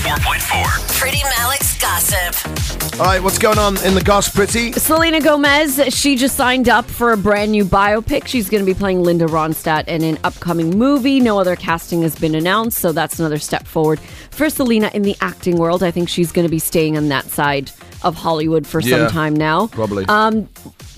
for. Pretty Malik's gossip. All right, what's going on in the gossip, Pretty? Selena Gomez, she just signed up for a brand new biopic. She's going to be playing Linda Ronstadt in an upcoming movie. No other casting has been announced, so that's another step forward for Selena in the acting world. I think she's going to be staying on that side of Hollywood for Yeah, some time now. probably. Um,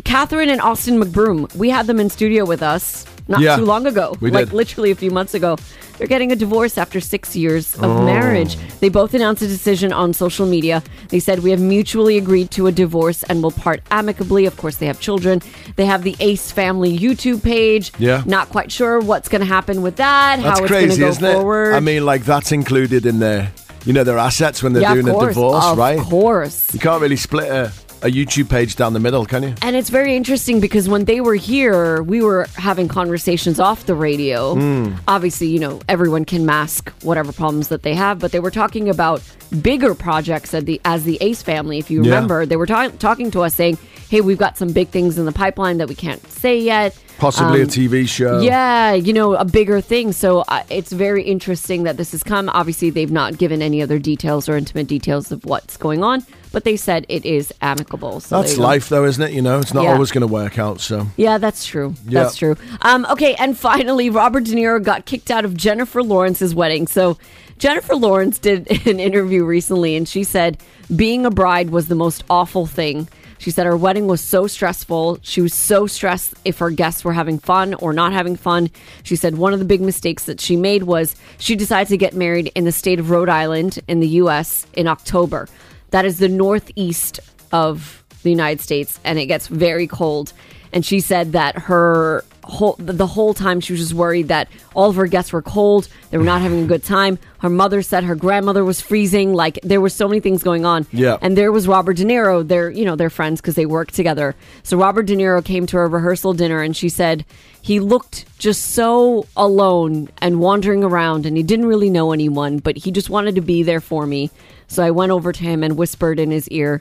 Catherine and Austin McBroom, we had them in studio with us not Yeah, too long ago. we like did. literally a few months ago. They're getting a divorce after six years of Oh. marriage. They both announced a decision on social media. They said, We have mutually agreed to a divorce and will part amicably. Of course, they have children. They have the Ace Family YouTube page. Yeah. Not quite sure what's going to happen with that, That's how it's going to crazy, go isn't forward. it? I mean, like that's included in their, you know, their assets when they're yeah, doing of a course, divorce, of right? Of course. You can't really split a, a YouTube page down the middle, can you? And it's very interesting because when they were here, we were having conversations off the radio. Hmm. Obviously, you know, everyone can mask whatever problems that they have, but they were talking about bigger projects at the as the Ace family, if you Yeah. remember. They were ta- talking to us saying, "Hey, we've got some big things in the pipeline that we can't say yet." Possibly a Um, TV show. Yeah, you know, a bigger thing. So uh, it's very interesting that this has come. Obviously, they've not given any other details or intimate details of what's going on, but they said it is amicable. So there That's you go. life, though, isn't it? You know, it's not Yeah. always going to work out. So, Yeah, that's true. Yeah. That's true. Um, okay, and finally, Robert De Niro got kicked out of Jennifer Lawrence's wedding. So, Jennifer Lawrence did an interview recently, and she said being a bride was the most awful thing. She said her wedding was so stressful. She was so stressed if her guests were having fun or not having fun. She said one of the big mistakes that she made was she decided to get married in the state of Rhode Island in the U.S. in October. That is the northeast of the United States, and it gets very cold. And she said that her whole the whole time she was just worried that all of her guests were cold, they were not having a good time. Her mother said her grandmother was freezing. Like there were so many things going on. Yeah. And there was Robert De Niro. They're you know they're friends because they work together. So Robert De Niro came to her rehearsal dinner, and she said he looked just so alone and wandering around, and he didn't really know anyone, but he just wanted to be there for me. So I went over to him and whispered in his ear,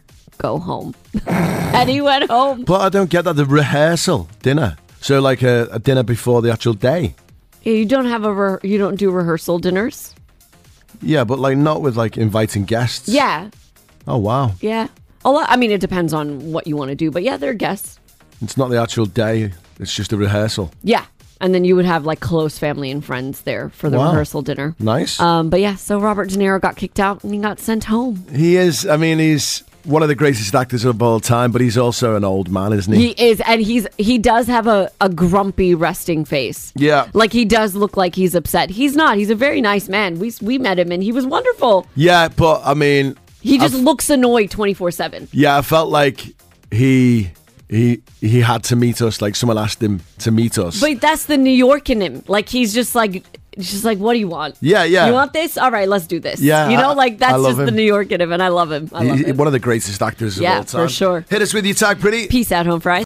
"Go home." and he went home. but I don't get that. The rehearsal dinner. So, like a, a dinner before the actual day. Yeah, You don't have a re- you don't do rehearsal dinners. Yeah, but like not with like inviting guests. Yeah, Oh, wow. yeah. A lot. I mean, it depends on what you want to do, but yeah, they're guests. It's not the actual day, it's just a rehearsal. Yeah, and then you would have like close family and friends there for the Wow. rehearsal dinner. Nice. Um, but yeah, so Robert De Niro got kicked out and he got sent home. He is, I mean, he's one of the greatest actors of all time, but he's also an old man, isn't he? He is, and he's he does have a, a grumpy resting face. Yeah. like he does look like he's upset. He's not. He's a very nice man. We we met him and he was wonderful. yeah, but I mean, He just I've- looks annoyed twenty four seven. Yeah, I felt like he he he had to meet us. Like someone asked him to meet us. But that's the New York in him. Like he's just like just like what do you want? Yeah, yeah. You want this? All right, let's do this. Yeah, you know, I- like I that's love just the him. New York in him, and I love him. I love He- he- him. one of the greatest actors Yeah, of all for time. sure. Hit us with your tag, pretty. Peace out, home fries.